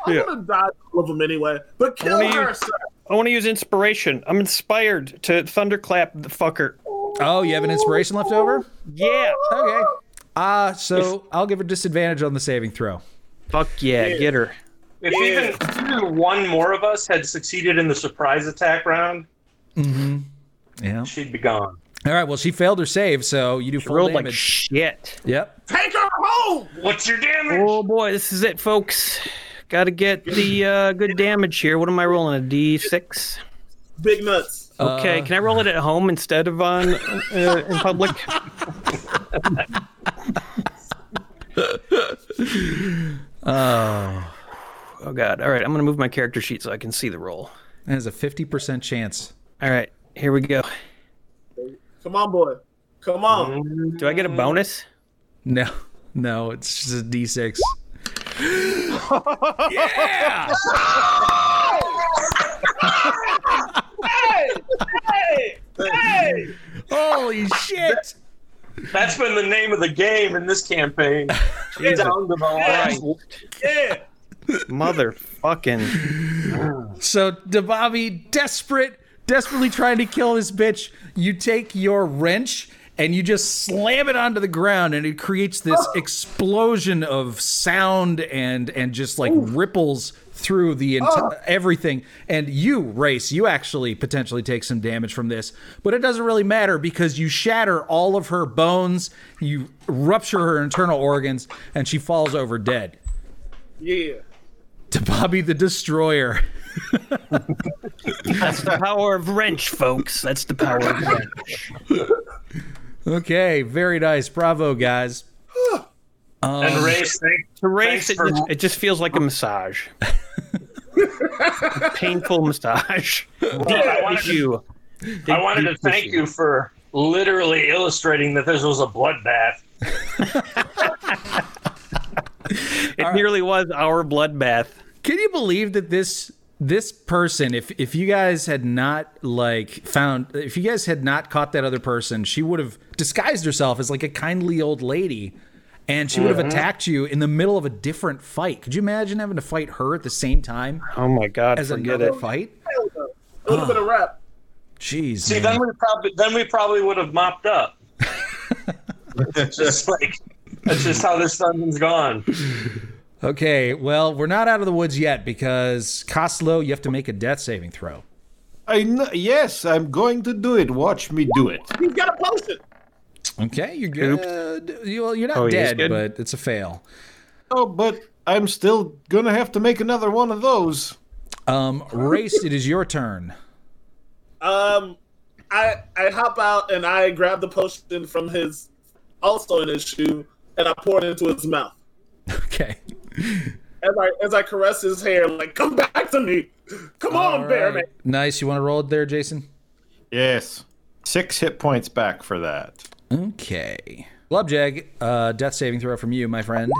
S5: I'm
S2: Yeah.
S5: going to die all of them anyway. But kill
S2: Only you-
S5: her, sir.
S2: I want to use inspiration. I'm inspired to thunderclap the fucker.
S3: Oh, you have an inspiration left over?
S2: Yeah.
S3: Okay. Uh, so I'll give her disadvantage on the saving throw.
S2: Fuck yeah, get her.
S6: if even, if even one more of us had succeeded in the surprise attack round,
S3: Yeah.
S6: she'd be gone.
S3: All right. Well, she failed her save, so you do full
S2: Rolled
S3: damage.
S2: like shit.
S3: yep.
S5: Take her home.
S6: What's your damage?
S2: Oh boy, this is it, folks. Got to get the uh, good damage here. What am I rolling? A D6.
S5: Big nuts.
S2: Okay, can I roll it at home instead of on uh, in public? Oh god. All right, I'm gonna move my character sheet so I can see the roll.
S3: That is a fifty percent chance.
S2: All right, here we go.
S5: Come on, boy. Come on.
S2: Do I get a bonus?
S3: No, no, it's just a d6.
S6: Hey, hey!
S2: Oh,
S3: Holy shit!
S6: That's been the name of the game in this campaign. Down to the line.
S5: Yeah.
S2: Motherfucking.
S3: So Debavi, desperate, desperately trying to kill this bitch, you take your wrench and you just slam it onto the ground, and it creates this explosion of sound and and just like ripples through the entire everything. And you, race, you actually potentially take some damage from this, but it doesn't really matter because you shatter all of her bones, you rupture her internal organs, and she falls over dead.
S5: Yeah.
S3: To Bobby the Destroyer.
S2: That's the power of wrench, folks. That's the power of wrench.
S3: Okay, very nice. Bravo, guys.
S6: And race, thank,
S2: To race,
S6: Thanks
S2: it
S6: for-
S2: just, it just feels like a massage. Painful massage.
S6: I wanted to
S2: Issue.
S6: I wanted to thank you for literally illustrating that this was a bloodbath.
S2: It nearly was our bloodbath.
S3: Can you believe that this this person, if if you guys had not like found, if you guys had not caught that other person, she would have disguised herself as like a kindly old lady, and she would
S2: Mm-hmm.
S3: have attacked you in the middle of a different fight. Could you imagine having to fight her at the same time
S2: Oh my god,
S3: as
S2: forget
S3: another
S2: it.
S3: fight?
S5: Hell no. It would have been a wrap.
S3: Jeez,
S6: See,
S3: man.
S6: then we probably then we probably would have mopped up. it's just like that's just how this dungeon's gone.
S3: Okay, well, we're not out of the woods yet because Coslow, you have to make a death saving throw.
S7: I kn- yes, I'm going to do it. Watch me do it.
S5: He's got a potion.
S3: Okay, you're good. You, well, you're not
S2: Oh, he's
S3: dead,
S2: good?
S3: but it's a fail.
S7: Oh, but I'm still gonna have to make another one of those.
S3: Um, race, it is your turn.
S5: Um, I I hop out and I grab the potion from his also in his shoe and I pour it into his mouth.
S3: Okay.
S5: As I as I caress his hair, like, come back to me. Come on,
S3: All
S5: bear
S3: right.
S5: man.
S3: Nice. You want to roll it there, Jason?
S7: Yes, six hit points back for that.
S3: Okay. Glubjag, uh, death saving throw from you, my friend.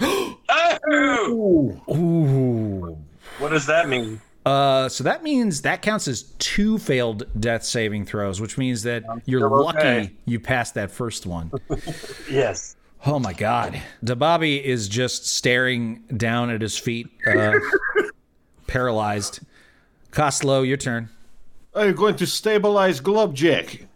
S6: Oh!
S3: Ooh.
S6: What does that mean?
S3: Uh, so that means that counts as two failed death saving throws, which means that you're
S6: still
S3: lucky
S6: okay.
S3: you passed that first one.
S6: Yes.
S3: Oh my God. Dababi is just staring down at his feet, uh, paralyzed. Costlow, your turn.
S7: I'm going to stabilize Globjack.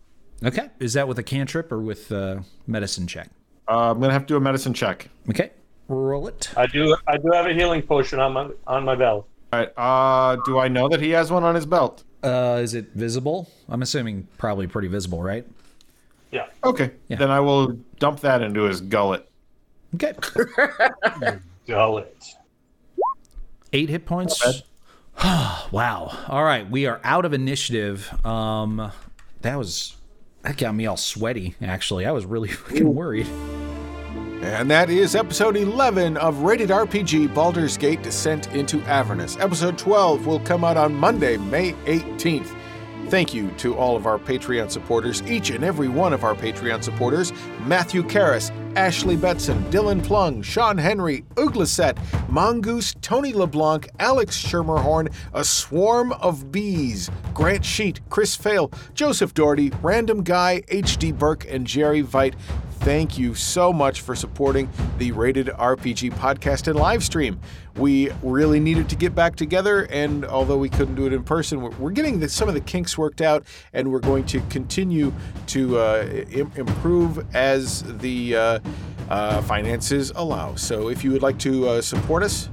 S3: Okay. Is that with a cantrip or with uh, medicine check?
S7: Uh, I'm gonna have to do a medicine check.
S3: Okay. Roll it.
S6: I do I do have a healing potion on my on my belt.
S7: All right. Uh, do I know that he has one on his belt?
S3: Uh, is it visible? I'm assuming probably pretty visible, right?
S6: Yeah.
S7: Okay. Then I will dump that into his gullet.
S3: Okay.
S6: Go it.
S3: Eight hit points. wow. All right. We are out of initiative. Um, that was. That got me all sweaty, actually. I was really fucking worried.
S4: And that is episode 11 of Rated RPG Baldur's Gate Descent into Avernus. Episode 12 will come out on Monday, May 18th. Thank you to all of our Patreon supporters, each and every one of our Patreon supporters Matthew Karras, Ashley Betson, Dylan Plung, Sean Henry, Uglaset, Mongoose, Tony LeBlanc, Alex Schermerhorn, A Swarm of Bees, Grant Sheet, Chris Fail, Joseph Doherty, Random Guy, H.D. Burke, and Jerry Veit. Thank you so much for supporting the Rated RPG podcast and live stream. We really needed to get back together, and although we couldn't do it in person, we're, we're getting the, some of the kinks worked out, and we're going to continue to uh, Im- improve as the uh, uh, finances allow. So if you would like to uh, support us,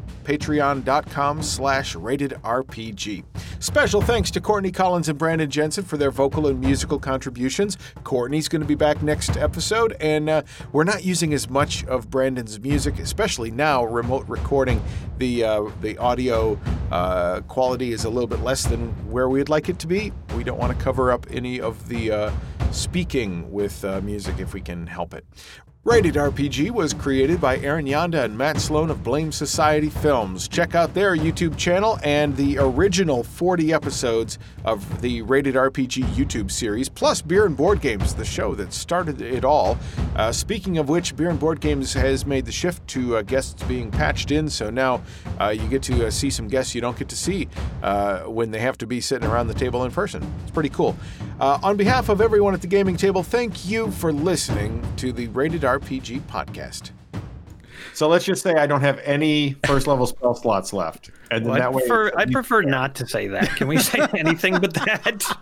S4: patreon.com slash rated RPG. Special thanks to Courtney Collins and Brandon Jensen for their vocal and musical contributions. Courtney's going to be back next episode, and uh, we're not using as much of Brandon's music, especially now, remote recording. The, uh, the audio uh, quality is a little bit less than where we'd like it to be. We don't want to cover up any of the uh, speaking with uh, music if we can help it. Rated RPG was created by Aaron Yanda and Matt Sloan of Blame Society Films. Check out their YouTube channel and the original 40 episodes of the Rated RPG YouTube series, plus Beer and Board Games, the show that started it all. Uh, speaking of which, Beer and Board Games has made the shift to uh, guests being patched in, so now uh, you get to uh, see some guests you don't get to see uh, when they have to be sitting around the table in person. It's pretty cool. Uh, on behalf of everyone at the gaming table, thank you for listening to the Rated RPG podcast.
S7: So let's just say I don't have any first level spell slots left, and then
S2: I
S7: that way
S2: prefer, I prefer not to say that. Can we say anything but that?